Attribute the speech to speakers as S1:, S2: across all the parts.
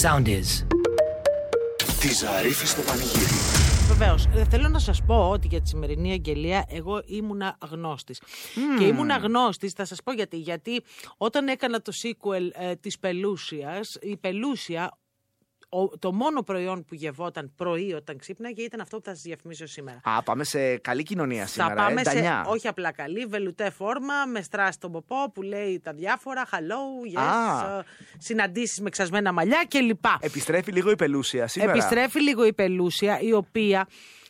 S1: Sound is.
S2: Τη Ζαρίφη στο πανηγύρι.
S3: Βεβαίως. Ε, Θέλω να σας πω ότι για τη σημερινή αγγελία εγώ ήμουνα γνώστη. Και ήμουνα γνώστη, θα σας πω γιατί. Γιατί όταν έκανα το sequel ε, της Πελούσιας, η Πελούσια. ο- το μόνο προϊόν που γευόταν πρωί όταν ξύπναγε ήταν αυτό που θα σας διαφημίσω σήμερα.
S4: Α, πάμε σε καλή κοινωνία σήμερα.
S3: θα πάμε
S4: ε,
S3: σε
S4: ντανιά.
S3: όχι απλά καλή, βελουτέ φόρμα, με στρά στον ποπό που λέει τα διάφορα, hello, yes,
S4: Α. Ε,
S3: συναντήσεις με ξασμένα μαλλιά κλπ.
S4: Επιστρέφει λίγο η πελούσια σήμερα.
S3: Επιστρέφει λίγο η πελούσια, η οποία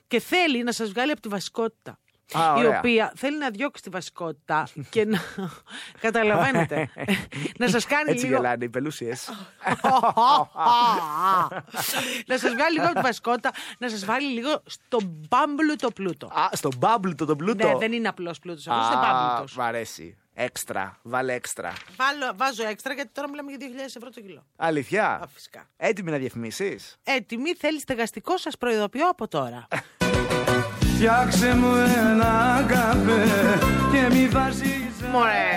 S3: και θέλει να σας βγάλει από τη βασικότητα.
S4: Α,
S3: η
S4: ωραία.
S3: οποία θέλει να διώξει τη βασικότητα και να. Καταλαβαίνετε. να σας κάνει
S4: Έτσι
S3: λίγο.
S4: γελάνε οι πελούσιες.
S3: να σας βγάλει λίγο από τη βασικότητα, να σας βάλει λίγο στον πάμπλουτο πλούτο.
S4: Α, στον μπάμπλουτο τον πλούτο.
S3: Ναι, δεν είναι απλός πλούτος. Αυτός είναι
S4: Α,
S3: πάμπλουτο.
S4: μ' αρέσει. Έξτρα. Βάλε έξτρα.
S3: Βάζω έξτρα γιατί τώρα μιλάμε για 2.000 ευρώ το κιλό. Α,
S4: Αλήθεια.
S3: φυσικά.
S4: Έτοιμη να διαφημίσεις.
S3: Έτοιμοι, θέλει Ε, στεγαστικό, σας προειδοποιώ από τώρα.
S5: Φτιάξε μου ένα καφέ και μη βάζεις
S3: Μωρέ,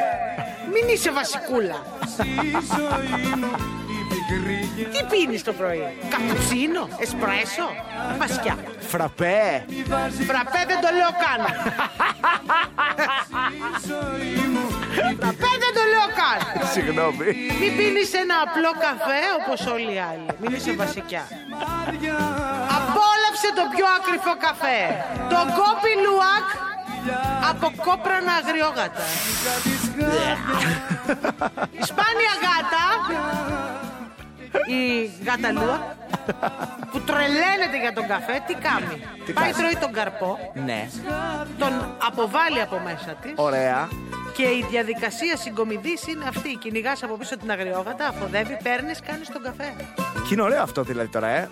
S3: μην είσαι βασικούλα.
S5: η ζωή μου την πικρή και
S3: Τι πίνεις το πρωί, Καπουτσίνο, Εσπρέσο, Πασιά.
S4: Φραπέ.
S3: Φραπέ δεν το λέω καν. Φραπέ δεν το λέω καν.
S4: Συγγνώμη.
S3: Μην πίνεις ένα απλό καφέ όπως όλοι οι άλλοι. Μην είσαι βασικιά. Απόλαυσε το πιο άκρυφο καφέ. Το κόπι λουάκ από κόπρανα αγριόγατα. Η σπάνια γάτα. Η γάτα λουάκ που τρελαίνεται για τον καφέ, τι κάνει.
S4: Τι
S3: Πάει
S4: κάνει?
S3: τρώει τον καρπό,
S4: Ναι.
S3: τον αποβάλλει από μέσα της.
S4: Ωραία.
S3: Και η διαδικασία συγκομιδής είναι αυτή. Κυνηγάς από πίσω την αγριόγατα, αφοδεύει, παίρνεις, κάνεις τον καφέ.
S4: Και είναι ωραίο αυτό δηλαδή τώρα, ε.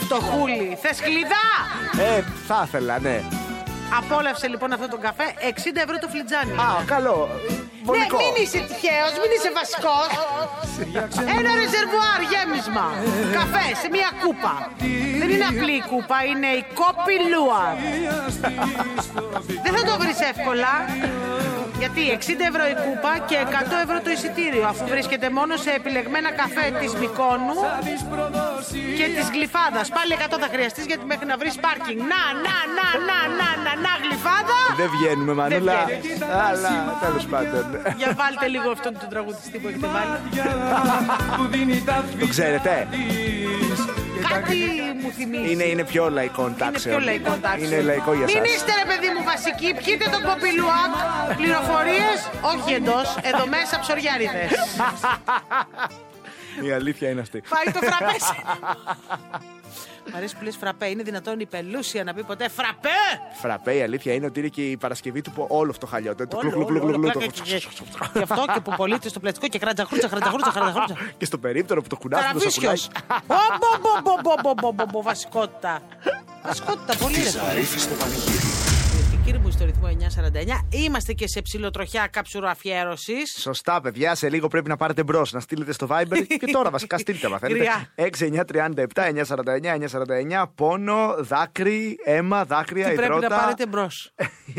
S3: Φτωχούλη, θες κλειδά!
S4: Ε, θα ήθελα, ναι.
S3: Απόλαυσε λοιπόν αυτό τον καφέ, 60 ευρώ το φλιτζάνι.
S4: Α, καλό. Βολικό.
S3: Ναι, μην είσαι τυχαίος, μην είσαι βασικός. Ένα ρεζερβουάρ γέμισμα. Καφέ σε μία κούπα. Δεν είναι απλή η κούπα, είναι η κόπη λούα. Δεν θα το βρεις εύκολα. Γιατί 60 ευρώ η κούπα και 100 ευρώ το εισιτήριο, αφού βρίσκεται μόνο σε επιλεγμένα καφέ της Μικόνου και της Γλυφάδας. Πάλι 100 θα χρειαστείς γιατί μέχρι να βρεις πάρκινγκ. Να, να, να, να, να, να, να, Γλυφάδα.
S4: Δεν βγαίνουμε, Μανούλα.
S3: Δεν βγαίνεις.
S4: Αλλά τέλος πάντων.
S3: Για βάλτε λίγο αυτόν τον τραγουδιστή που έχετε βάλει.
S5: που δίνει τα
S4: Το ξέρετε.
S3: Κάτι μου θυμίζει.
S4: Είναι, είναι πιο λαϊκό
S3: Είναι
S4: τάξεων.
S3: πιο λαϊκό εντάξει.
S4: Είναι λαϊκό για
S3: Μην
S4: σας.
S3: είστε ρε παιδί μου βασικοί, πιείτε τον κοπηλουάκ. Πληροφορίες, όχι εντός, εδώ μέσα ψωριάριδες.
S4: Η αλήθεια είναι αυτή.
S3: Πάει το φραπέ. Μ' αρέσει που λες φραπέ. Είναι δυνατόν η πελούσια να πει ποτέ φραπέ.
S4: Φραπέ, η αλήθεια είναι ότι είναι και η Παρασκευή του πο- όλο αυτό χαλιό. Το
S3: Όλο,
S4: κλου- κλου-
S3: όλο,
S4: κλου-
S3: όλο,
S4: κλου-
S3: πλάκα
S4: το-
S3: και- και- Γι' αυτό και που πωλείται στο πλαστικό και χράτσα χρούτσα, χράτσα χρούτσα, χράτσα χρούτσα.
S4: Και στο περίπτερο που το κουνάς που το
S3: Καραβίσιο.
S4: σακουλάκι.
S3: Βασικότητα. Βασικότητα, πολύ
S2: Τη
S3: ρε. Ε,
S2: Ζαρίφη στο πανηγύρι.
S3: Κύριε μου, στο ρυθμό 949 είμαστε και σε ψηλοτροχιά κάψουρο αφιέρωσης.
S4: Σωστά, παιδιά. Σε λίγο πρέπει να πάρετε μπρος, να στείλετε στο Viber. και τώρα βασικά στείλτε, μα
S3: Γριά.
S4: θέλετε. 6-9-37-949-949. Πόνο, δάκρυ, αίμα, δάκρυα,
S3: Τι πρέπει να
S4: υδρότα.
S3: πάρετε μπρος.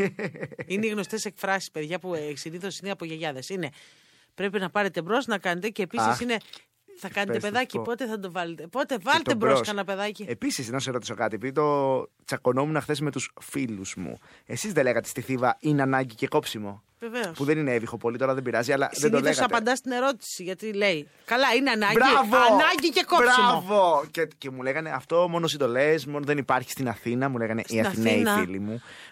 S3: είναι οι γνωστές εκφράσεις, παιδιά, που συνήθως είναι από γιαγιάδες. Είναι πρέπει να πάρετε μπρος να κάνετε και
S4: Αχ,
S3: επίση είναι. Θα κάνετε
S4: πες, θα
S3: παιδάκι,
S4: πω.
S3: πότε θα το βάλετε. Πότε βάλτε μπρος κανένα
S4: Ε,
S3: παιδάκι.
S4: Επίσης, να σε ρωτήσω κάτι, επειδή το τσακωνόμουν χθες με τους φίλους μου. Εσείς δεν λέγατε στη θύβα είναι ανάγκη και κόψιμο.
S3: Βεβαίως.
S4: Που δεν είναι έβυχο πολύ, τώρα δεν πειράζει, αλλά δεν το
S3: Συνήθως
S4: λέγατε.
S3: απαντάς στην ερώτηση γιατί λέει. Καλά, είναι ανάγκη.
S4: Μπράβο!
S3: Ανάγκη και κόψιμο.
S4: Μπράβο! Και, και μου λέγανε αυτό μόνο εσύ το λες, μόνο δεν υπάρχει στην Αθήνα. Μου λέγανε
S3: Στην
S4: οι Αθηναίοι
S3: Αθήνα.
S4: φίλοι μου.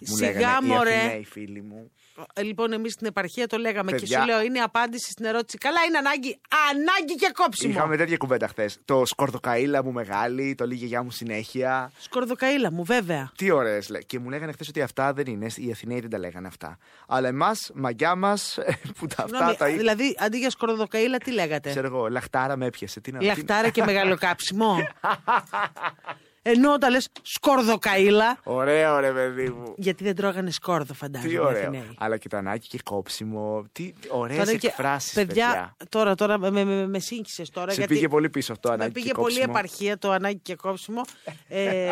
S4: Μου
S3: Σιγά,
S4: λέγανε
S3: μωρέ.
S4: οι Αθηναίοι φίλοι μου.
S3: Ε, Λοιπόν, εμείς στην επαρχία το λέγαμε
S4: Παιδιά.
S3: και σου λέω είναι απάντηση στην ερώτηση. Καλά, είναι ανάγκη. Ανάγκη και κόψιμο.
S4: Είχαμε τέτοια κουβέντα χθες. Το σκορδοκαίλα μου μεγάλη, το λίγη γεια μου συνέχεια.
S3: Σκορδοκαίλα μου, βέβαια.
S4: Τι ωραίες λέει. Και μου λέγανε χθες ότι αυτά δεν είναι. Οι Αθηναίοι δεν τα λέγανε αυτά. Αλλά εμάς, μαγιά μας, που τα αυτά
S3: Συγγνώμη,
S4: τα είχε.
S3: δηλαδή, αντί για σκορδοκαίλα, τι λέγατε.
S4: Ξέρω εγώ, λαχτάρα με έπιασε. Τι να τι να-
S3: Λαχτάρα και μεγαλοκάψιμο. Ενώ όταν λες σκορδοκαίλα.
S4: Ωραίο ρε παιδί μου.
S3: Γιατί δεν τρώγανε σκόρδο, φαντάζομαι.
S4: Τι
S3: οι
S4: ωραίο.
S3: Αθηναίοι.
S4: Αλλά και το ανάκι και κόψιμο. Τι ωραίες
S3: Τώρα και-
S4: εκφράσεις.
S3: Παιδιά,
S4: Παιδιά,
S3: τώρα, τώρα με, με, με, με σύγχυσες τώρα.
S4: Σε
S3: γιατί
S4: πήγε πολύ πίσω αυτό το
S3: με
S4: ανάκι.
S3: πήγε
S4: και
S3: πολύ
S4: κόψιμο.
S3: επαρχία το ανάγκη και κόψιμο. Ε,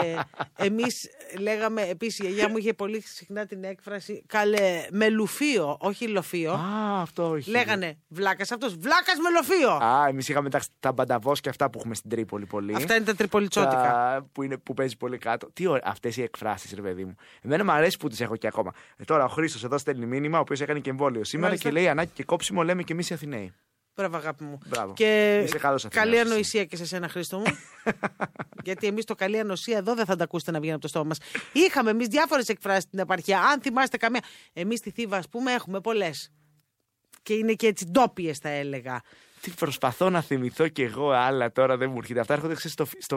S3: εμείς λέγαμε, επίσης η γιαγιά μου είχε πολύ συχνά την έκφραση, καλέ με λουφείο, όχι λοφείο.
S4: Α, αυτό όχι.
S3: Λέγανε βλάκας αυτός, βλάκας με λοφείο.
S4: Α, εμείς είχαμε τα, τα μπανταβός και αυτά που έχουμε στην Τρίπολη πολύ.
S3: Αυτά είναι τα τριπολιτσότικα.
S4: Τα- που, είναι, που παίζει πολύ κάτω. Τι ωραία, αυτές οι εκφράσεις, ρε παιδί μου. Εμένα μου αρέσει που τις έχω και ακόμα. Ε, τώρα ο Χρήστος εδώ στέλνει μήνυμα, ο οποίος έκανε και εμβόλιο σήμερα
S3: Μάλιστα.
S4: και λέει Ανάκι και κόψιμο, λέμε και εμείς οι Αθηναίοι.
S3: Μπράβο, αγάπη μου.
S4: Μπράβο.
S3: Και
S4: Είσαι καλός Αθηναίος
S3: καλή
S4: εσύ.
S3: ανοησία και σε σένα, Χρήστο μου. Γιατί εμείς το καλή ανοησία εδώ δεν θα τα ακούσετε να βγαίνει από το στόμα μας. Είχαμε εμείς διάφορες εκφράσεις στην επαρχία. Αν θυμάστε καμία. Εμείς στη Θήβα, ας πούμε, έχουμε πολλές. Και είναι και έτσι ντόπιες, θα έλεγα.
S4: Τι προσπαθώ να θυμηθώ κι εγώ, αλλά τώρα δεν μου έρχεται. Αυτά έρχονται ξέρεις, στο, στο,
S3: Ε,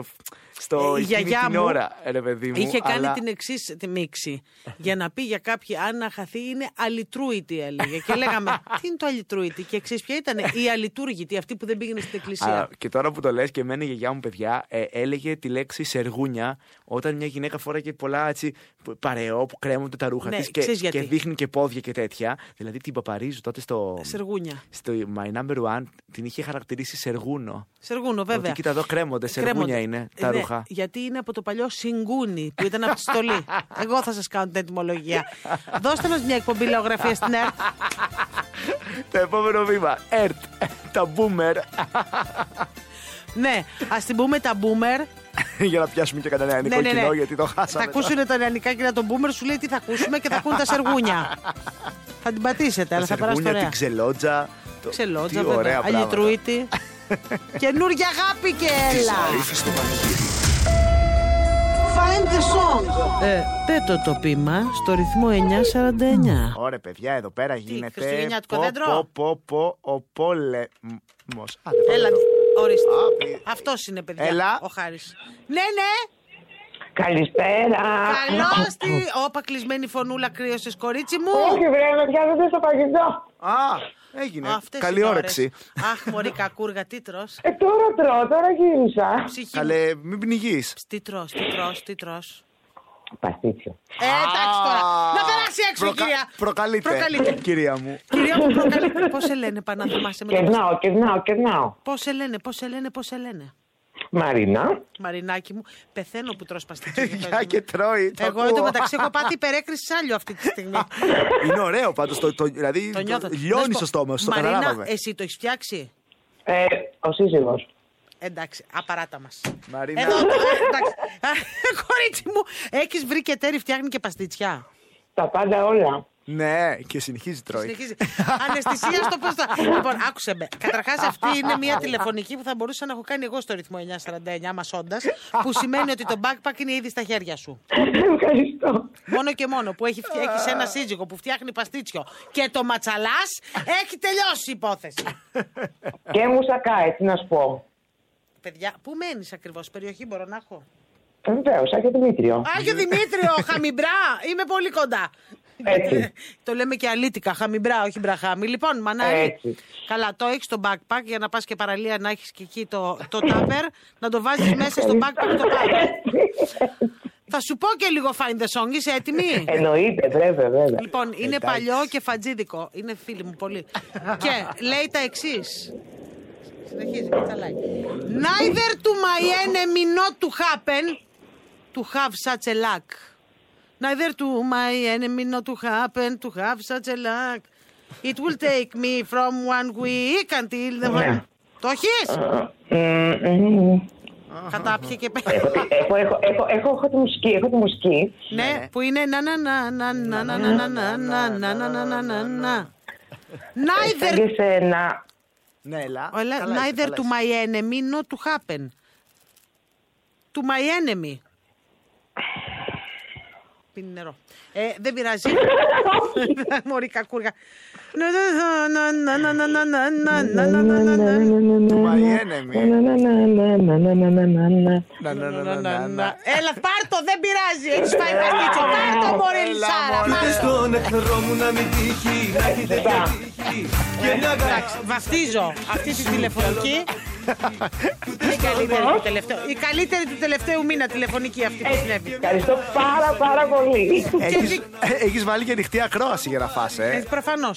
S3: η
S4: στο εκείνη
S3: γιαγιά
S4: την
S3: μου
S4: ώρα, ρε παιδί μου.
S3: Είχε κάνει
S4: αλλά-
S3: την εξής τη μίξη. για να πει για κάποιοι, αν να χαθεί, είναι αλυτρούητη, έλεγε. Και λέγαμε, τι είναι το αλυτρούητη. Και ξέρεις ποια ήταν η αλυτούργητη, αυτή που δεν πήγαινε στην εκκλησία.
S4: Α, και τώρα που το λες και εμένα η γιαγιά μου παιδιά ε, έλεγε τη λέξη σεργούνια όταν μια γυναίκα φόραγε πολλά έτσι π- παρεό που κρέμονται τα ρούχα
S3: Ναι,
S4: της
S3: ξέρεις
S4: και,
S3: γιατί.
S4: και δείχνει και πόδια και τέτοια. Δηλαδή την παπαρίζω τότε στο,
S3: Σεργούνια.
S4: στο My Number One την είχε χαρακτηρίσει σεργούνο.
S3: Σεργούνο, βέβαια.
S4: Ότι κοίτα εδώ κρέμονται, σεργούνια
S3: Κρέμονται.
S4: είναι τα
S3: Ναι,
S4: ρούχα.
S3: Γιατί είναι από το παλιό συγκούνι που ήταν από τη στολή. Εγώ θα σας κάνω την ετοιμολογία. Δώστε μας μια εκπομπή λαογραφία στην ΕΡΤ.
S4: Το επόμενο βήμα, ΕΡΤ, τα boomer
S3: ναι, ας την πούμε τα boomer.
S4: για να πιάσουμε και κανένα
S3: Ναι,
S4: ελληνικό
S3: ναι, ναι.
S4: κοινό γιατί το χάσαμε.
S3: Θα ακούσουν τα νεανικά και το boomer σου λέει τι θα ακούσουμε και θα ακούν τα σεργούνια. θα την πατήσετε, αλλά
S4: τα
S3: θα περάσετε
S4: σεργούνια,
S3: ωραία.
S4: την ξελότζα. το-
S3: Ξελότζα,
S4: τι ωραία
S3: βέβαια.
S4: πράγματα.
S3: Αλιτρούιτη. Καινούργια αγάπη και
S6: Τη
S3: έλα.
S6: Ζαρίφη στο πανηγύρι.
S3: Find the song. Ε, πέτω το πείμα στο ρυθμό 949.
S4: Ωραία, παιδιά, εδώ πέρα γίνεται.
S3: χριστουγεννιάτικο
S4: πο,
S3: δέντρο?
S4: Πο, πο, πο, ο πόλεμος.
S3: Έλα, ορίστε.
S4: Α,
S3: Αυτός είναι, παιδιά.
S4: Έλα.
S3: Ο Χάρης. Ναι, ναι.
S7: Καλησπέρα.
S3: Καλώς τη. Όπα, κλεισμένη φωνούλα κρύωσες, κορίτσι μου.
S7: Όχι βρε, με πιάσατε στο παγιδό.
S4: Α, έγινε.
S3: Αυτές
S4: Καλή
S3: είναι οι
S4: όρεξη.
S3: ώρες. Αχ, μωρή κακούργα, τι τρως.
S7: Ε, τώρα τρώω, τώρα γύρισα.
S3: Ψυχή. μου.
S4: Καλέ, μην πνιγείς.
S3: Τι τρως, τι τρως, τι τρως.
S7: Παστίτσιο.
S3: Ε, εντάξει τώρα. Να περάσει έξω,
S4: Προκα-
S3: κυρία.
S4: Προκαλείτε.
S3: Προκαλείτε.
S4: Κυρία μου.
S3: Κυρία μου, προκαλείτε. Πώς σε λένε, πάνω να θυμάσαι με το
S7: Κερνάω, κερνάω, κερνάω.
S3: Πώς σε λένε, πώς σε λένε, πώς σε λένε.
S7: Μαρίνα.
S3: Μαρινάκι μου, πεθαίνω που τρως παστίτσιο. για
S4: Παιδιά
S3: παιδί
S4: και
S3: μου.
S4: τρώει. το
S3: Εγώ
S4: ακούω.
S3: εντωμεταξύ έχω πάθει υπερέκριση σάλιο αυτή τη στιγμή.
S4: Είναι ωραίο πάντως. Το, το, δηλαδή
S3: Το νιώθω. Να σου
S4: λιώνει
S3: πω,
S4: στο στόμα σου. Το
S3: Μαρίνα,
S4: καταλάβαμε.
S3: εσύ το έχεις φτιάξει.
S7: Ε, ο σύζυγος.
S3: Εντάξει, απαράτα μας.
S4: Μαρίνα.
S3: Εδώ, εντάξει. Κορίτσι μου, έχεις βρει και τέρι, φτιάχνει και παστίτσια.
S7: Τα πάντα όλα.
S4: Ναι, και συνεχίζει τρώει.
S3: Συνεχίζει. Αναισθησία στο πώς θα. λοιπόν, άκουσε με. Καταρχάς, αυτή είναι μια τηλεφωνική που θα μπορούσα να έχω κάνει εγώ στο ρυθμό 949 μα όντα. Που σημαίνει ότι το backpack είναι ήδη στα χέρια σου.
S7: Ευχαριστώ.
S3: Μόνο και μόνο που έχει φτιά- έχεις ένα σύζυγο που φτιάχνει παστίτσιο και το ματσαλάς, έχει τελειώσει η υπόθεση.
S7: Και μου σακάει, τι να σου πω.
S3: Παιδιά, πού μένεις ακριβώς, περιοχή μπορώ να έχω.
S7: Βεβαίως, σαν και Δημήτριο.
S3: Άγιο Δημήτριο, χαμιμπρά, είμαι πολύ κοντά.
S7: Έτσι.
S3: το λέμε και αλήτικα, χαμιμπρά, όχι μπραχάμι. Λοιπόν, μανάρι,
S7: Έτσι.
S3: καλά, το έχεις στο backpack για να πας και παραλία να έχεις και εκεί το, το tupper, να το βάζεις μέσα στο backpack το πάει. Θα σου πω και λίγο find the song, είσαι έτοιμη.
S7: Εννοείται, βέβαια, βέβαια.
S3: Λοιπόν, είναι
S4: Εντάξει.
S3: παλιό και φατζίδικο. Είναι φίλη μου πολύ. και λέει τα εξής. Συνεχίζει, καταλάει. Neither to my enemy not to happen to have such a luck. Neither to my enemy not to happen to have such a luck. It will take me from one week until the...
S7: Ναι.
S3: Το έχεις!
S7: Μμμ, μμμ.
S3: Κατάπιε και
S7: Έχω,
S3: πέ-
S7: έχω, έχω, έχω, έχω, έχω τη μουσική, έχω τη μουσική.
S3: Ναι, που είναι να να να να να να να να να να να να να να να
S7: Σαν
S3: Neither
S7: και σένα.
S4: Ναι, έλα.
S3: Well,
S4: Καλά είσαι,
S3: neither
S4: καλά
S3: to
S4: είσαι.
S3: my enemy not to happen. To my enemy. Πίνει νερό. Ε, δεν πειράζει. Μωρή κακούργα. Να, να, να, να, να, να, να, να, να, να, να, να, να, να.
S4: To my enemy. Να, να, να, να, να, να.
S3: Έλα, πάρ' το, δεν πειράζει. Έχεις φάει παστίτσιο. Πάρ' το, μωρή
S4: Έλα,
S3: Λισάρα.
S4: μωρέ.
S3: πάρ' το.
S8: Στον εχθρό μου να μην τύχει, να έχει τέτοια τύχη. Και να
S3: Εντάξει, βαφτίζω αυτή τη τηλεφωνική Η καλύτερη του τελευταίου. Η καλύτερη του τελευταίου μήνα τηλεφωνική αυτή που συνέβη.
S7: Ευχαριστώ πάρα πάρα πολύ.
S4: Έχεις, ε, έχεις βάλει και ανοιχτή ακρόαση για να φας, ε.
S3: Προφανώ.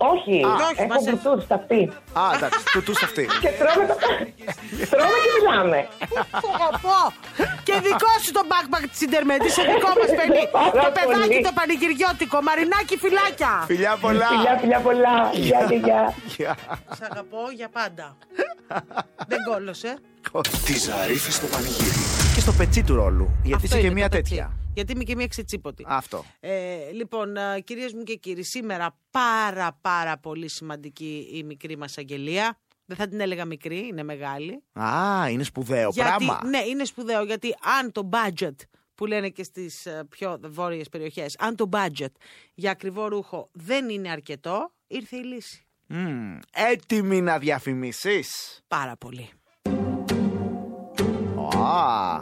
S7: Όχι,
S3: όχι,
S7: έχω
S3: μας έ-
S7: μπουρτούδι στα αυτή.
S4: Α, εντάξει, του τούσα αυτή.
S7: Και τρώμε το Τρώμε και μιλάμε.
S3: Το αγαπώ. Και δικό σου το backpack της Ιντερνετ, σε δικό μας παιδί.
S7: Πάρα
S3: το παιδάκι
S7: πολύ.
S3: το πανηγυριώτικο. Μαρινάκι φυλάκια.
S4: Φιλιά πολλά.
S7: Φιλιά, φιλιά πολλά. Γεια και γεια.
S4: Γεια.
S3: Σ' αγαπώ για πάντα. Δεν κόλωσε.
S9: Τη Ζαρίφη στο πανηγύρι.
S4: Και στο πετσί του ρόλου. Γιατί
S3: Αυτό
S4: είσαι και
S3: είναι
S4: μία
S3: το πετσί.
S4: τέτοια.
S3: Γιατί είμαι και μία ξετσίποτη.
S4: Αυτό.
S3: Ε, λοιπόν, α, κυρίες μου και κύριοι, σήμερα πάρα πάρα πολύ σημαντική η μικρή μας αγγελία. Δεν θα την έλεγα μικρή, είναι μεγάλη.
S4: Α, είναι σπουδαίο
S3: γιατί,
S4: πράγμα.
S3: Ναι, είναι σπουδαίο γιατί αν το budget που λένε και στις ε, πιο βόρειες περιοχές, αν το budget για ακριβό ρούχο δεν είναι αρκετό, ήρθε η λύση.
S4: Μμμ, Έτοιμη να διαφημίσεις.
S3: Πάρα πολύ.
S4: Α,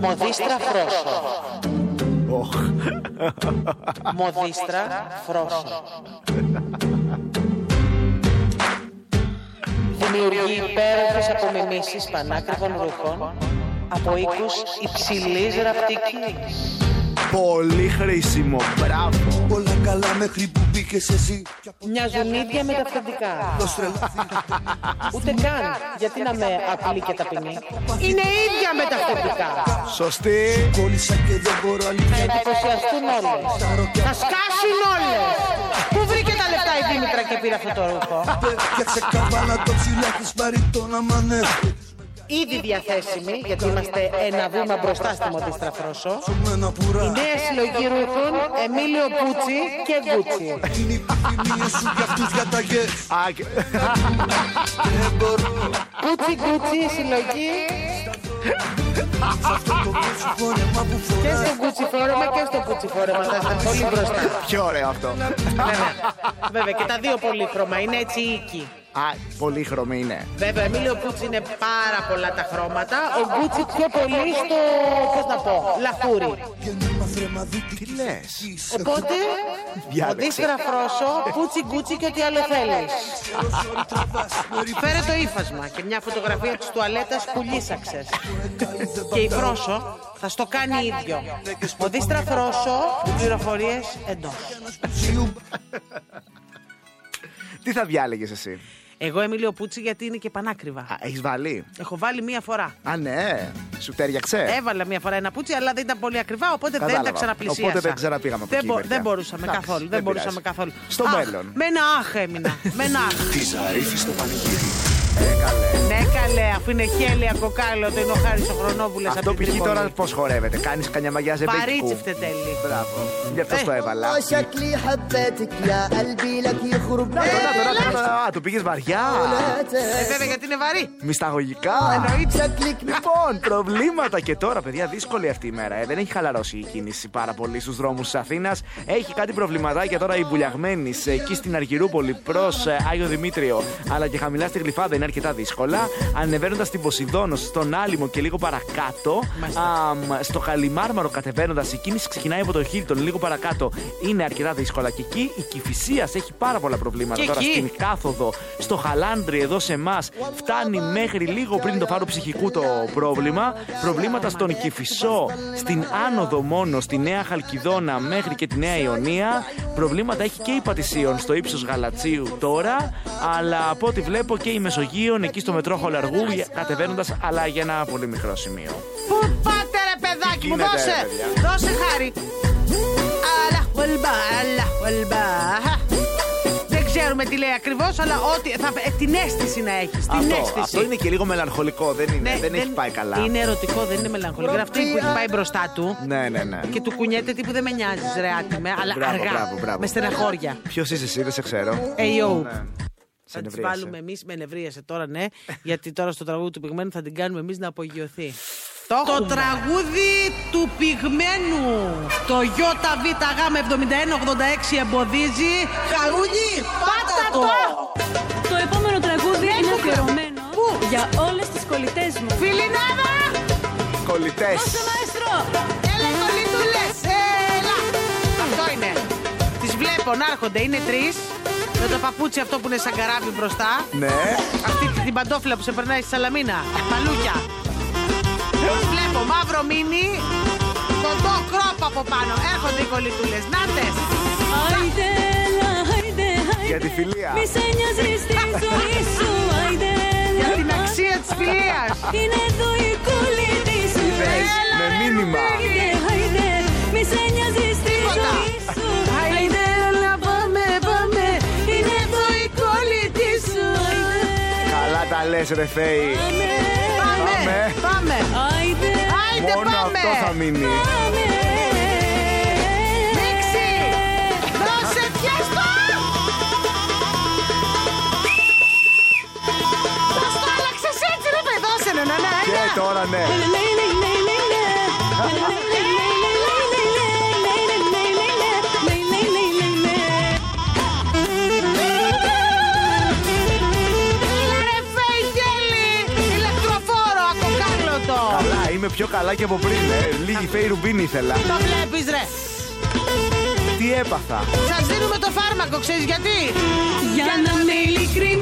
S3: Μοδίστρα φρόσο.
S4: οχ.
S3: Μοδίστρα φρόσο. Δημιουργεί υπέροχες απομιμήσεις πανάκριβων ρούχων από οίκους υψηλής ραπτικής.
S4: Πολύ χρήσιμο, μπράβο.
S8: Όλα καλά μέχρι που μπήκες εσύ.
S10: Μοιάζουν ίδια με τα αυθεντικά. Ούτε καν. Γιατί να με απλή και ταπεινή.
S3: Είναι ίδια με τα αυθεντικά.
S4: Σωστή.
S8: Κόλλησα και δεν μπορώ αλήθεια.
S10: Θα εντυπωσιαστούν όλες.
S3: Θα σκάσουν όλες. Πού βρήκε τα λεφτά η Δήμητρα και πήρε αυτό το ρούχο.
S8: Φτιάξε καβάλα το ψηλά της παριτώνα μανέ.
S10: Ήδη διαθέσιμη, γιατί είμαστε ένα βήμα μπροστά στη Μοντίστρα Φρόσο.
S8: Σωμένα πουρά.
S10: Νέα συλλογή ρούχων, Εμίλιο Πούτσι και Γκούτσι.
S8: Είναι η επιθυμία σου για αυτούς διαταγές.
S4: Α, και-
S8: Δεν μπορώ.
S10: Πούτσι Γκούτσι συλλογή
S8: Το μέσο φόρεμα που
S10: και
S8: φοράς.
S10: στο Γκούτσι φόρεμα και στο Πούτσι φόρεμα. Θα είστε πολύ μπροστά.
S4: Πιο ωραίο αυτό.
S3: Ναι,
S10: Βέβαια. Βέβαια και τα δύο πολύχρωμα είναι έτσι οίκοι.
S4: Α, ναι. πολύχρωμη είναι.
S10: Βέβαια, Εμίλιο Πούτσι είναι πάρα πολλά τα χρώματα. Ο Γκούτσι πιο πολύ στο. Πώς να πω, λαχούρι.
S8: Γέννημα θρεμαδίτη.
S4: Τι λες.
S10: Οπότε,
S4: Διάλεξε.
S10: αντίστοιχα φρόσο, πούτσι γκούτσι και ό,τι άλλο θέλεις. Φέρε το ύφασμα και μια φωτογραφία της τουαλέτας που λύσαξες. και η φρόσο θα στο κάνει ίδιο. Μοδίστρα φρόσο, πληροφορίες εντός.
S4: Τι θα διάλεγες εσύ.
S3: Εγώ Εμίλιο Πούτσι γιατί είναι και πανάκριβα.
S4: Α, έχεις βάλει.
S3: Έχω βάλει μία φορά.
S4: Α, ναι. Σου τέριαξε.
S3: Έβαλα μία φορά ένα πούτσι, αλλά δεν ήταν πολύ ακριβά, οπότε δεν τα
S4: Κατάλαβα.
S3: ξαναπλησίασα.
S4: Οπότε δεν ξαναπήγαμε από
S3: δεν,
S4: εκεί,
S3: μπο-
S4: παιδιά.
S3: δεν μπορούσαμε
S4: Εντάξει,
S3: καθόλου. Δεν,
S4: δεν
S3: μπορούσαμε
S4: πειράζει.
S3: καθόλου.
S4: Στο
S3: Αχ,
S4: μέλλον.
S3: Με ένα αχ έμεινα. με ένα αχ.
S9: Τη Ζαρίφη στο πανηγύρι.
S3: ναι, καλέ, αφού είναι χέλια κοκάλο, το είναι ο Χάρης ο Χρονόπουλος.
S4: Αυτό π.χ. τώρα πώς χορεύεται. Κάνεις κανιά μαγιά
S3: Παρίτσι
S4: ζεμπέκικου.
S3: φτετέλη.
S4: Μπράβο. Γι' αυτό
S3: Ε.
S4: το έβαλα.
S11: شكلي حبيتك يا قلبي لك يخرب
S4: Τώρα, τώρα, τώρα, τώρα. Α, το πήγες βαριά.
S3: Ε, βέβαια γιατί είναι βαρύ. Ε,
S4: Μυσταγωγικά.
S11: شكلك
S4: Λοιπόν, προβλήματα και τώρα, παιδιά, δύσκολη αυτή η μέρα. Ε. Δεν έχει χαλαρώσει η κίνηση πάρα πολύ στους δρόμους της Αθήνας. Έχει κάτι προβληματάκια τώρα η Μπουλιαγμένη ε, εκεί στην Αργυρούπολη προς Άγιο Δημήτριο, αλλά και χαμηλά στη Γλυφάδα είναι αρκετά δύσκολα. Ανεβαίνοντας στην Ποσειδόνο, στον Άλυμο και λίγο παρακάτω. Α, μ, στο Καλιμάρμαρο κατεβαίνοντα, η κίνηση ξεκινάει από το Χίλτον λίγο παρακάτω. Είναι αρκετά δύσκολα και εκεί η Κυφυσία έχει πάρα πολλά προβλήματα
S3: Και
S4: τώρα
S3: εκεί.
S4: στην κάθοδο στο Χαλάνδρι εδώ σε εμάς φτάνει μέχρι λίγο πριν το φάρο ψυχικού το πρόβλημα. Προβλήματα στον Κηφισό, στην άνοδο μόνο, στη Νέα Χαλκιδόνα μέχρι και τη Νέα Ιωνία. Προβλήματα έχει και η Πατησίων στο ύψος Γαλατσίου τώρα, αλλά από ό,τι βλέπω και η Μεσογείων εκεί στο μετρό Χολαργού κατεβαίνοντας, αλλά για ένα πολύ μικρό σημείο.
S3: Πού πάτε ρε παιδάκι μου,
S4: Γίνεται,
S3: δώσε!
S4: ρε, παιδιά.
S3: Δώσε χάρη! Αλα χολμπά, αλα χολμπά. Δεν ξέρουμε τι λέει ακριβώς, αλλά ό,τι. Θα, ε, την αίσθηση να έχεις. Την αίσθηση.
S4: Αυτό, αυτό είναι και λίγο μελαγχολικό, δεν, είναι,
S3: Ναι,
S4: δεν, έχει πάει καλά.
S3: Είναι ερωτικό, δεν είναι μελαγχολικό. Είναι Αυτή που έχει πάει μπροστά του
S4: Ναι, ναι, ναι.
S3: και του κουνιέται τύπου δεν με νοιάζεις, ρε άτιμε, αλλά
S4: Μπράβο,
S3: αργά.
S4: μπράβο, μπράβο.
S3: Με στεναχώρια.
S4: Ποιος είσαι εσύ, δεν σε ξέρω.
S3: Εϊό.
S4: Σε
S3: Θα τη
S4: νευρίασε.
S3: βάλουμε εμείς. Με νευρίασε τώρα, ναι. γιατί τώρα στο τραγούδι του πυγμένου θα την κάνουμε εμείς να απογειωθεί. Το, τραγούδι του πυγμένου. Το ΙΒΓ7186 εμποδίζει. Χαρούνι, πάτα το!
S12: Το επόμενο τραγούδι είναι αφιερωμένο
S3: Ναι, Πού?
S12: για όλες τις κολλητές μου.
S3: Φιλινάδα!
S4: Κολλητές.
S12: Δώσε μαέστρο!
S3: Έλα, κολλητούλες, έλα! Αυτό είναι. Τις βλέπω να έρχονται, είναι τρεις. Με το παπούτσι αυτό που είναι σαν καράβι μπροστά.
S4: Ναι.
S3: Αυτή τη την παντόφυλλα που σε περνάει στη Σαλαμίνα. Μαλούκια. Βλέπω μαύρο μήνυ. Κοντό κρόπο από πάνω. Έρχονται οι κολλητούλες. Νάτες.
S12: Άιντε, έλα, άιντε, άιντε.
S4: Για τη φιλία.
S12: Μη σε νοιάζει στη ζωή σου, άιντε.
S3: Για
S12: έλα,
S3: την
S12: μα.
S3: αξία της φιλίας.
S12: Είναι εδώ η κολλητή σου.
S4: Είδες,
S12: Έλα,
S4: με
S12: ρε,
S4: μήνυμα.
S12: Άιντε, άιντε, μη σε νοιάζει στη
S3: Τίποτα.
S12: ζωή σου.
S3: Άιντε, έλα, πάμε, πάμε. Είναι εδώ η κολλητή σου.
S12: Άιντε,
S4: Καλά τα λες ρε Θεή.
S12: πάμε.
S3: Πάμε,
S4: Πάμε.
S3: πάμε.
S12: Άιντε,
S3: Άιντε,
S4: Μόνο
S3: πάμε.
S4: αυτό θα μείνει.
S12: πάμε.
S3: Μίξη. Δώσε, πιες το. Δώσ' το, άλλαξες έτσι, ρε παιδί. Δώσε, ναι, ναι, ναι, ναι.
S4: Και τώρα ναι.
S12: Ναι, ναι, ναι, ναι, ναι, ναι, ναι. Ναι, ναι, ναι, ναι, ναι, ναι, ναι, ναι, ναι, ναι, ναι, ναι, ναι, ναι, ναι.
S3: Έλα, ρε, φέι, γέλη. Ηλεκτροφόρο, ακοκάλωτο.
S4: Καλά, είμαι πιο καλά και από πριν. Ε. Λίγη Θεή Ρουμπίν ήθελα.
S3: Το βλέπεις, ρε.
S4: Τι έπαθα.
S3: Σας δίνουμε το φάρμακο, ξέρεις γιατί.
S12: Για να με ειλικρινείς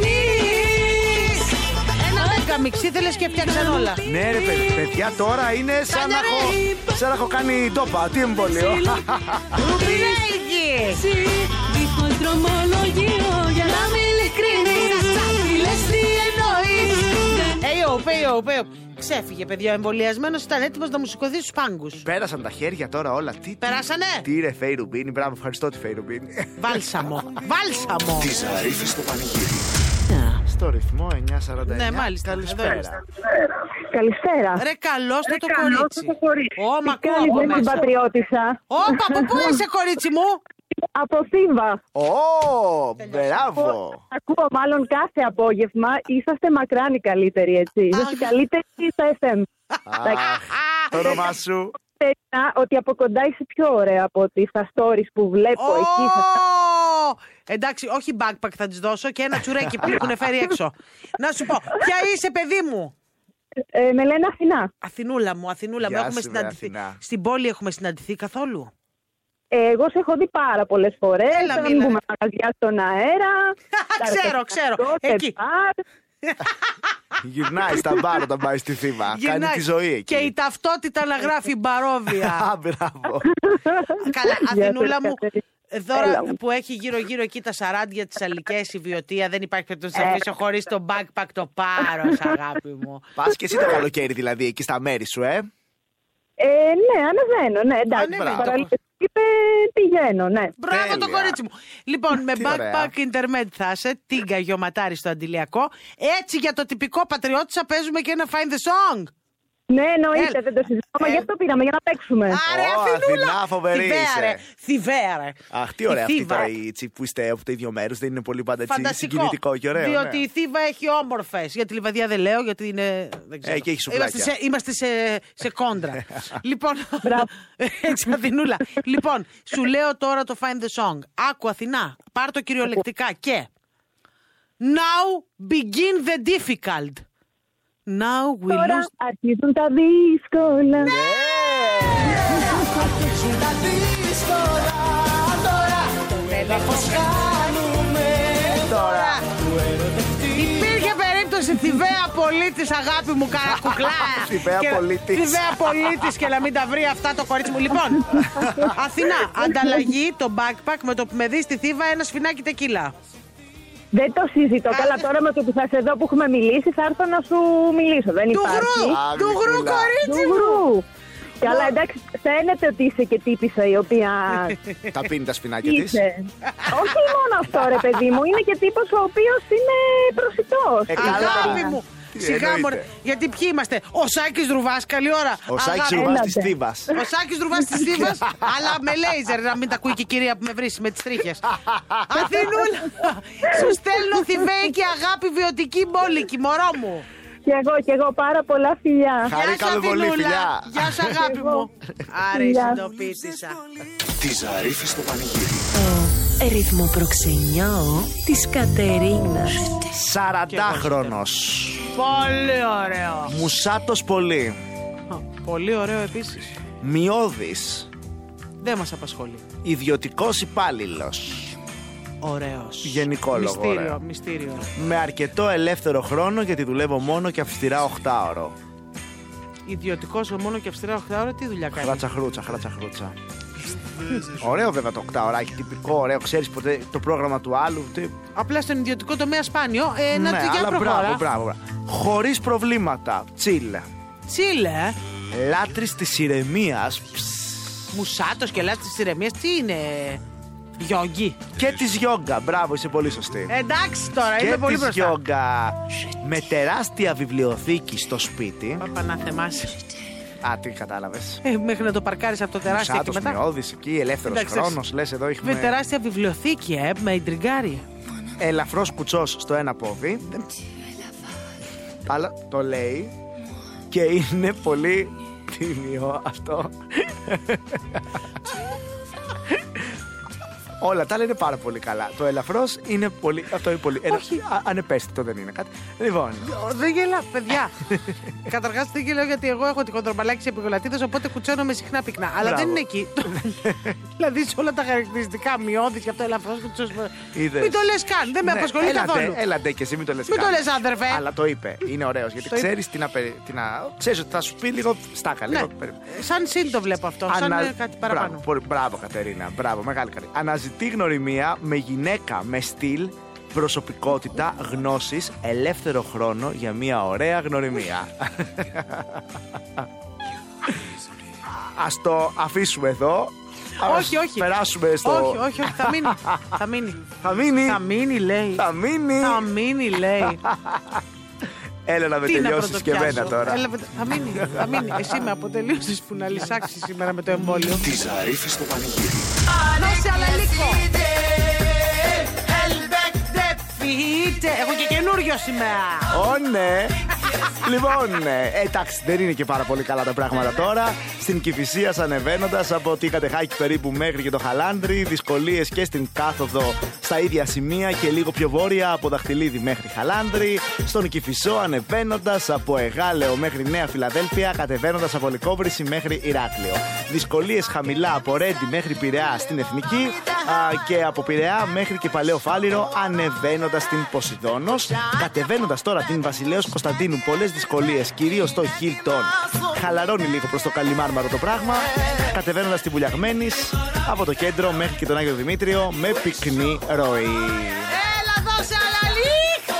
S3: Ένα δέκα μιξί θέλες και φτιάξαν όλα.
S4: Ναι ρε παιδ- παιδιά, τώρα είναι σαν να
S3: Κάντε,
S4: έχω, σαν να έχω κάνει τόπα. Τι εμβολίο.
S3: Ρουμπινέγι.
S12: Εσύ δίχως δρομολογείο Για να με ειλικρινείς Λες τι εννοείς Δεν
S3: Έιο, πέιο, πέιο. oh, Ξέφυγε, παιδιά. Ο εμβολιασμένος ήταν έτοιμος να μου σηκωθεί στους πάγκους.
S4: Πέρασαν τα χέρια τώρα όλα. Τι,
S3: Περάσανε.
S4: τι ρε Θεή Ρουμπίν, μπράβο, ευχαριστώ τη Θεή Ρουμπίν.
S3: Βάλσαμο. Βάλσαμο.
S13: Τη Ζαρίφη στο πανηγύρι.
S4: Στο ρυθμό 949.
S3: Ναι, μάλιστα. Εδώ
S4: Καλησπέρα.
S3: είμαστε.
S7: Καλησπέρα.
S3: Ρε καλό το το
S7: Ρε, καλώς
S3: κορίτσι.
S7: το κορίτσι.
S3: Ω, μ'
S7: Τι
S3: ακούω
S7: κάνεις,
S3: από
S7: ρε, την
S3: μέσα.
S7: πατριώτησα.
S3: Όπα, από πού είσαι κορίτσι μου.
S7: Από Θήβα.
S4: Ω, μπράβο.
S7: Ακούω μάλλον κάθε απόγευμα. Είσαστε μακράν οι καλύτεροι, έτσι. Είσαστε οι καλύτεροι στα FM.
S4: Αχ, Το όνομά σου.
S7: Περνά ότι από κοντά είσαι πιο ωραία από ότι στα stories που βλέπω εκεί. στα-
S3: Ω, Εντάξει, όχι backpack θα της δώσω και ένα τσουρέκι που έχουν φέρει έξω. Να σου πω, ποια είσαι, παιδί μου.
S7: Ε, με λένε Αθηνά.
S3: Αθηνούλα μου, Αθηνούλα μου,
S4: Γεια
S3: έχουμε
S4: σου, ρε,
S3: συναντηθεί.
S4: Αθηνά.
S3: Στην πόλη έχουμε συναντηθεί καθόλου.
S7: Ε, εγώ σε έχω δει πάρα πολλές φορές.
S3: Έλα,
S7: Όταν
S3: μίλα,
S7: βγούμε μαγαζιά στον αέρα.
S3: Ξέρω, ξέρω. Εκεί.
S4: Γυρνάει στα μπάρ όταν πάει στη θύμα. Κάνει
S3: Γυρνάει.
S4: τη ζωή εκεί.
S3: Και η ταυτότητα να γράφει μπαρόβια.
S4: Α, μπράβο.
S3: Καλά,
S7: Γεια
S3: Αθηνούλα
S7: σας,
S3: μου.
S7: Κατερίνα.
S3: Τώρα
S7: Έλα μου.
S3: που έχει γύρω-γύρω εκεί τα σαράντια, τι αλικές, η βιωτεία, δεν υπάρχει περίπτωση να σε
S7: Ε.
S3: αφήσω χωρίς το backpack το πάρο, αγάπη μου.
S4: Πας και εσύ το
S3: Ναι.
S4: καλοκαίρι δηλαδή εκεί στα μέρη σου, ε.
S7: Ε, ναι, ανεβαίνω, ναι, εντάξει.
S4: Ανεβαίνεις.
S7: Παραλίγο είπε, πηγαίνω, ναι.
S3: Μπράβο το
S4: Τέλεια.
S3: κορίτσι μου. Λοιπόν, με
S4: Τι ωραία.
S3: backpack internet θα είσαι, τίγκα γιωματάρι στο αντιλιακό. Έτσι για το τυπικό πατριώτησα παίζουμε και ένα find the song.
S7: Ναι, εννοείται,
S3: Έλα.
S7: δεν το συζητάμε.
S3: Ε.
S7: Γι' αυτό πήραμε, για να παίξουμε.
S3: Άρε,
S4: Ω,
S3: Αθηνούλα!
S4: Αθηνά, φοβερή είσαι.
S3: Θηβαία, ρε. Θηβαία, ρε.
S4: Αχ,
S3: Η
S4: τι ωραία αυτή
S3: Θήβα.
S4: τώρα η τσι που είστε από το ίδιο μέρος. Δεν είναι πολύ πάντα έτσι
S3: Φανταστικό.
S4: συγκινητικό και ωραίο.
S3: Διότι
S4: ναι.
S3: η Θήβα έχει όμορφες. Για τη λιβαδιά δεν λέω, γιατί είναι. Δεν ξέρω.
S4: Ε, και έχει σουβλάκια.
S3: είμαστε σε, είμαστε σε, σε κόντρα. λοιπόν. Έτσι, Αθηνούλα. λοιπόν, σου λέω τώρα το Find the Song. Άκου, Αθηνά. Πάρ το κυριολεκτικά και. Now begin the difficult. Now we
S7: Τώρα
S3: lose.
S7: αρχίζουν τα δύσκολα.
S3: Υπήρχε περίπτωση θηβαία πολίτης, αγάπη μου, καρακουκλάς.
S4: Θηβαία
S3: Και-
S4: πολίτης.
S3: Θηβαία πολίτης και να μην τα βρει αυτά το κορίτσι μου. Λοιπόν, Αθηνά, ανταλλαγή το backpack με το που με δεις στη θύβα ένα σφινάκι τεκίλα.
S7: Δεν το συζητώ. Καλά, τώρα με το που θα σε δω που έχουμε μιλήσει, θα έρθω να σου μιλήσω. Δεν
S3: Του
S7: υπάρχει.
S3: γρου!
S4: Α,
S3: Του γρου,
S4: Μικούλα.
S3: κορίτσι μου!
S7: Ντουγρού. Καλά, εντάξει, φαίνεται ότι είσαι και τύπησα η οποία
S4: Τα πίνει τα σπινάκια της.
S7: είσαι. Όχι μόνο αυτό, ρε παιδί μου, είναι και τύπος ο οποίος είναι προσιτός.
S4: Ε, καλά.
S3: Αγάπη μου!
S4: Τι
S3: Σιγά
S4: εννοείται.
S3: μου, ρε. γιατί ποιοι είμαστε. Ο Σάκης Ρουβά, καλή ώρα.
S4: Ο Σάκης
S3: Αγάπη-
S4: Ρουβά τη
S7: Έλατε.
S4: Θήβα.
S3: Ο Σάκης Ρουβά τη Θήβα, αλλά με λέιζερ να μην τα ακούει και η κυρία που με βρίσει με τις τρίχες. Αθηνούλα, σου στέλνω Θηβαίη και αγάπη βιωτική μπόλικη, μωρό μου.
S7: Κι εγώ, κι εγώ πάρα πολλά φιλιά.
S3: Γεια σου,
S4: Χαρήκαμε πολύ,
S3: Αθηνούλα.
S4: φιλιά.
S3: Γεια σου, αγάπη μου. Άρα, η
S7: Φιλιά.
S3: συντοπίτησα.
S13: Τη Ζαρίφη στο πανηγύρι.
S14: Ρυθμό προξενιό της Κατερίνας.
S4: 40χρονο.
S3: Πολύ ωραίο.
S4: Μουσάτος πολύ.
S3: Πολύ ωραίο επίσης.
S4: Μειώδης.
S3: Δεν μας απασχολεί.
S4: Ιδιωτικός υπάλληλος.
S3: ωραίος.
S4: Γενικό λόγο.
S3: Μυστήριο,
S4: ωραίο.
S3: μυστήριο.
S4: Με αρκετό ελεύθερο χρόνο γιατί δουλεύω μόνο και αυστηρά 8ωρο.
S3: Ιδιωτικό μόνο και αυστηρά 8 ώρα, τι δουλειά κάνει.
S4: Χράτσα χρούτσα, χράτσα χρούτσα. Ωραίο βέβαια το 8 ωράκι, τυπικό, ωραίο. Ξέρεις ποτέ το πρόγραμμα του άλλου. Τι...
S3: Απλά στον ιδιωτικό τομέα σπάνιο. Ε, να
S4: ναι,
S3: το για
S4: αλλά
S3: προχώρα.
S4: μπράβο, μπράβο. μπράβο. Χωρίς προβλήματα. Τσίλε.
S3: Τσίλε. ε.
S4: Λάτρης της ηρεμίας
S3: Μουσάτο και λάστη τη ηρεμία, τι είναι. Γιόγκι.
S4: και τη γιόγκα. Μπράβο, είσαι πολύ σωστή.
S3: Εντάξει τώρα,
S4: και
S3: Ε, είμαι πολύ
S4: της
S3: μπροστά.
S4: γιόγκα. Με τεράστια βιβλιοθήκη στο σπίτι.
S3: Παπανάθεμά.
S4: Α, τι κατάλαβες.
S3: Ε, μέχρι να το παρκάρεις από το τεράστιο και
S4: Σάτο
S3: μετά.
S4: μειώδης εκεί, ελεύθερος
S3: Εντάξει, εντάξει.
S4: χρόνος. Λες εδώ
S3: Με
S4: έχουμε.
S3: τεράστια βιβλιοθήκη, ε, με ιντριγκάρι.
S4: Ελαφρώς κουτσός στο ένα πόδι. Αλλά το λέει. Και είναι πολύ τίμιο αυτό. Όλα τα άλλα είναι πάρα πολύ καλά. Το ελαφρώς είναι πολύ. Αυτό είναι πολύ. Ένα, α- ανεπαίσθητο δεν είναι κάτι. Λοιπόν.
S3: Ω, Δεν γελάς, παιδιά. Καταρχάς δεν γελάω γιατί εγώ έχω τη χοντρομπαλάκι σε επιγολατίδε, οπότε κουτσένομαι συχνά πυκνά. Αλλά δεν
S4: Μπράβο.
S3: είναι εκεί. δηλαδή σε όλα τα χαρακτηριστικά μειώδης και αυτό ελαφρώς κουτσός.
S4: Είδες.
S3: Μην το λες καν, δεν με
S4: Ναι,
S3: απασχολεί
S4: έλατε,
S3: καθόλου.
S4: Έλατε και εσύ, μην το λες.
S3: Μην το λες, άδερφε.
S4: Αλλά το είπε. Είναι ωραίος γιατί
S3: Το είπε.
S4: ξέρεις τι να. περι- τι να- Ξέρεις ότι θα σου πει λίγο στάκα.
S3: Ναι.
S4: Λίγο. περι-
S3: Σαν σύν το βλέπω αυτό, σαν
S4: Ανα-
S3: ε, κάτι παραπάνω.
S4: Μπράβο, πολύ- μπράβο, Κατερίνα. Μπράβο, μεγάλη καλή. Αναζητεί γνωριμία με γυναίκα, με στυλ, προσωπικότητα, γνώσεις, ελεύθερο χρόνο για μια ωραία γνωριμία. Ας το αφήσουμε εδώ. Ας
S3: Όχι, όχι.
S4: Περάσουμε στο...
S3: Όχι, όχι, όχι, θα μείνει. θα μείνει.
S4: Θα μείνει.
S3: θα μείνει, λέει.
S4: Θα μείνει.
S3: Θα μείνει, λέει.
S4: Έλα να με
S3: Τι να
S4: τελειώσεις και εμένα
S3: πρωτοπιάσω.
S4: τώρα.
S3: Έλα, θα μείνει, θα μείνει. Εσύ με αποτελείωσες που να λυσάξεις σήμερα με το εμβόλιο.
S15: Τη Ζαρίφη στο πανηγύρι.
S3: Δώσε αλλά λίγο. Φύγετε. Έχω και καινούριο σήμερα.
S4: Ω, ναι. λοιπόν, ναι. Ε, εντάξει, δεν είναι και πάρα πολύ καλά τα πράγματα τώρα. Στην Κυφυσία, ανεβαίνοντας από τη Κατεχάκη περίπου μέχρι και το Χαλάνδρι, δυσκολίες και στην κάθοδο στα ίδια σημεία και λίγο πιο βόρεια από Δαχτυλίδη μέχρι Χαλάνδρι. Στον Κυφισό, ανεβαίνοντας από Εγάλεο μέχρι Νέα Φιλαδέλφια, κατεβαίνοντας από Λικόβριση μέχρι Ηράκλειο. Δυσκολίες χαμηλά από Ρέντι μέχρι Πειραιά στην Εθνική α, και από Πειραιά μέχρι και Παλαιό Φάληρο, ανεβαίνοντας την Ποσειδόνος. Κατεβαίνοντας τώρα την Βασιλέως Κωνσταντίνου, πολλές δυσκολίες, κυρίως στο Χίλτον. Χαλαρώνει λίγο προς το Καλιμάρμαρο το πράγμα. Κατεβαίνοντας την Βουλιαγμένης από το κέντρο μέχρι και τον Άγιο Δημήτριο με πυκνή ροή.
S3: Έλα δώσε αλλά λίγο.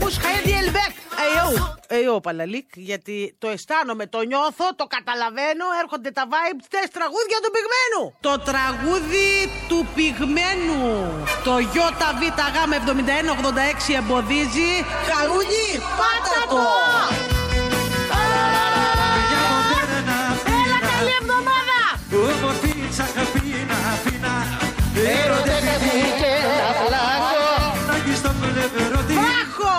S3: Μου σχέδι ελβέκ. Αιώ. Αιώ παλαλίκ. Γιατί το αισθάνομαι, το νιώθω, το καταλαβαίνω. Έρχονται τα vibes τες τραγούδια του πυγμένου. Το τραγούδι του πυγμένου. Το ΙΒΓ7186 εμποδίζει. Χαρούνι, πάτα το. Έλα καλή εβδομάδα. Βράχο.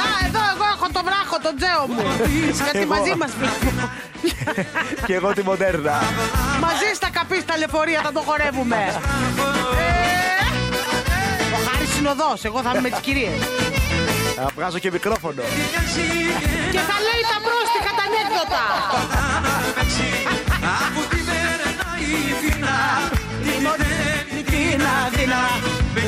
S3: Να, εδώ εγώ έχω το βράχο, τον τζέο μου. Γιατί
S4: Εγώ.
S3: μαζί μας
S4: και εγώ τη μοντέρνα.
S3: Μαζί στα καπί στα λεωφορεία θα το χορεύουμε. Ε, Ο Χάρης είναι οδός, εγώ θα είμαι με τις κυρίες.
S4: Α, Βγάζω και μικρόφωνο.
S3: Και θα λέει τα πρόστιχα τα ανέκδοτα. Την Αθήνα,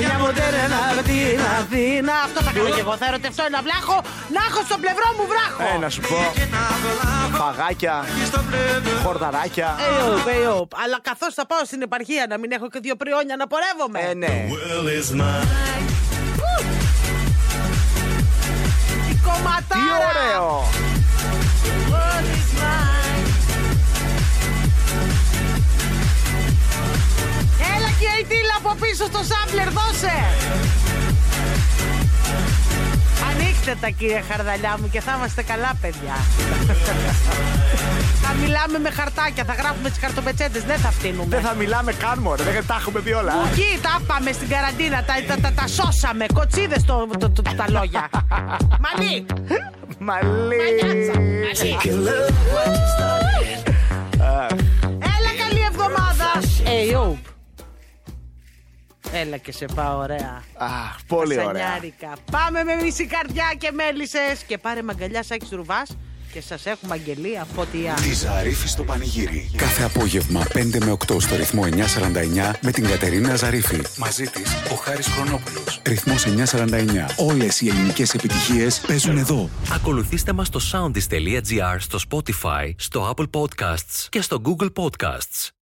S3: μια μοντέρνα την Αθήνα. Αυτό θα κάνω και εγώ. Θα ερωτευτώ ένα βλάχο, να έχω στο πλευρό μου βράχο.
S4: Ε, να σου πω. Παγάκια, χορδαράκια.
S3: Hey-op, hey-op. Αλλά καθώς θα πάω στην επαρχία να μην έχω και δύο πριόνια να πορεύομαι.
S4: Ε, ναι.
S3: Η
S4: Τι
S3: κομματάρα.
S4: ωραίο!
S3: World is mine. Έλα και η τίλα από πίσω στο σάμπλερ, δώσε! Ανοίξτε τα κύριε Χαρδαλιά μου και θα είμαστε καλά παιδιά. θα μιλάμε με χαρτάκια, θα γράφουμε τις χαρτοπετσέτες, δεν θα φτύνουμε.
S4: Δεν θα μιλάμε καν μωρέ, δεν τα έχουμε πει όλα.
S3: Εκεί τα πάμε στην καραντίνα, τα, τα, τα, τα σώσαμε. Κοτσίδες το, το, το- τα λόγια. Μαλλί!
S4: Μαλή.
S3: Έλα, καλή εβδομάδα! Hey, yo. Έλα και σε πάω ωραία.
S4: Αχ, πολύ ωραία.
S3: Σανιάρικα. Πάμε με μισή καρδιά και μέλισσες. Και πάρε μαγκαλιά σάκι ρουβάς Και σας έχουμε αγγελία φωτιά.
S8: Τη Ζαρίφη στο πανηγύρι. Κάθε απόγευμα 5 με 8 στο ρυθμό 949 με την Κατερίνα Ζαρίφη. Μαζί της ο Χάρης Χρονόπουλος. Ρυθμός 949. Όλες οι ελληνικές επιτυχίες παίζουν εδώ.
S1: Ακολουθήστε μας στο soundis.gr, στο Spotify, στο Apple Podcasts και στο Google Podcasts.